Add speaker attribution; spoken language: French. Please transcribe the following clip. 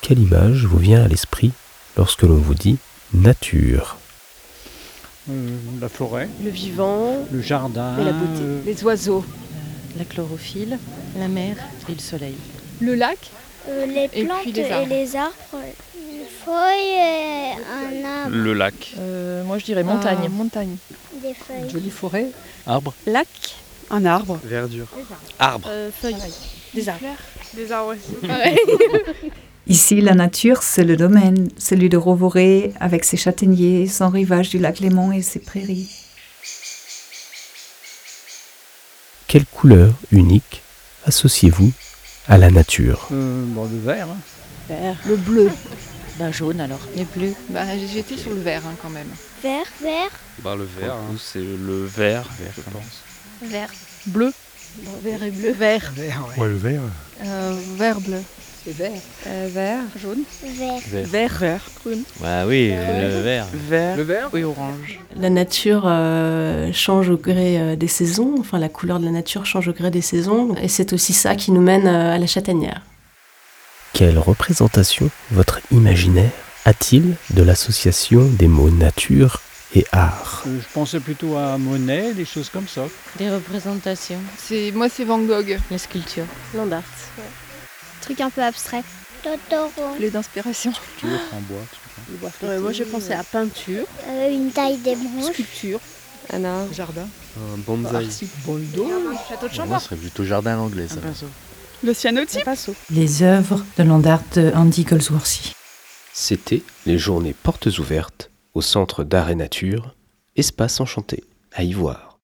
Speaker 1: quelle image vous vient à l'esprit lorsque l'on vous dit nature
Speaker 2: Euh, la forêt,
Speaker 3: Le vivant
Speaker 2: le jardin,
Speaker 3: et la beauté.
Speaker 2: euh,
Speaker 3: Les oiseaux.
Speaker 4: La chlorophylle, la mer et le soleil.
Speaker 5: Le lac,
Speaker 6: Euh, les
Speaker 5: puis
Speaker 6: plantes
Speaker 5: les
Speaker 6: et
Speaker 5: arbres.
Speaker 6: les arbres, une feuille et un arbre,
Speaker 7: Le lac,
Speaker 4: moi, je dirais
Speaker 5: Ah,
Speaker 4: montagne.
Speaker 5: montagne.
Speaker 6: des feuilles,
Speaker 4: jolie forêt.
Speaker 2: arbre,
Speaker 8: Lac, un arbre,
Speaker 9: Verdure.
Speaker 7: arbre,
Speaker 8: feuilles, des arbres.
Speaker 5: Des arbres aussi.
Speaker 10: Ici, la nature, c'est le domaine, celui de Rovoré avec ses châtaigniers, son rivage du lac Léman et ses prairies.
Speaker 1: Quelle couleur unique associez-vous à la nature
Speaker 2: euh, bon, le vert, hein.
Speaker 3: Le bleu.
Speaker 4: Ben, jaune alors.
Speaker 8: les bleus,
Speaker 5: Bah, J'étais sur le vert hein, quand même.
Speaker 6: vert, vert,
Speaker 7: bah, le vert, hein, c'est le vert, je pense.
Speaker 6: vert,
Speaker 4: Bleu.
Speaker 3: vert et bleu. Vert.
Speaker 9: Ouais, le vert.
Speaker 5: Euh, vert bleu.
Speaker 4: C'est vert.
Speaker 8: euh, vert,
Speaker 5: Jaune.
Speaker 6: vert,
Speaker 8: vert, vert,
Speaker 7: Bah oui, le vert.
Speaker 9: Le
Speaker 4: Vert.
Speaker 9: vert
Speaker 4: Oui, orange.
Speaker 11: La nature euh, change au gré euh, des saisons, enfin la couleur de la nature change au gré des saisons, et c'est aussi ça qui nous mène euh, à la châtaignière.
Speaker 1: Quelle représentation votre imaginaire a-t-il de l'association des mots nature et art
Speaker 2: Euh, je pensais plutôt à Monet, des choses comme ça.
Speaker 4: Des représentations.
Speaker 5: C'est moi c'est Van Gogh.
Speaker 4: La sculpture.
Speaker 11: Landart.
Speaker 6: truc un peu abstrait, Totoro,
Speaker 8: bleu d'inspiration,
Speaker 9: Culture en bois.
Speaker 3: moi j'ai pensé à peinture,
Speaker 6: euh, une taille des branches,
Speaker 3: sculpture,
Speaker 8: un arbre,
Speaker 4: Jardin.
Speaker 9: Un bonsaï.
Speaker 5: Château de
Speaker 7: Moi, ce serait plutôt jardin anglais, ça.
Speaker 8: un
Speaker 3: l'océanotype.
Speaker 8: pinceau.
Speaker 4: Les œuvres de Landart de Andy Goldsworthy.
Speaker 1: C'était les journées portes ouvertes au centre d'art et nature, espace enchanté à y voir.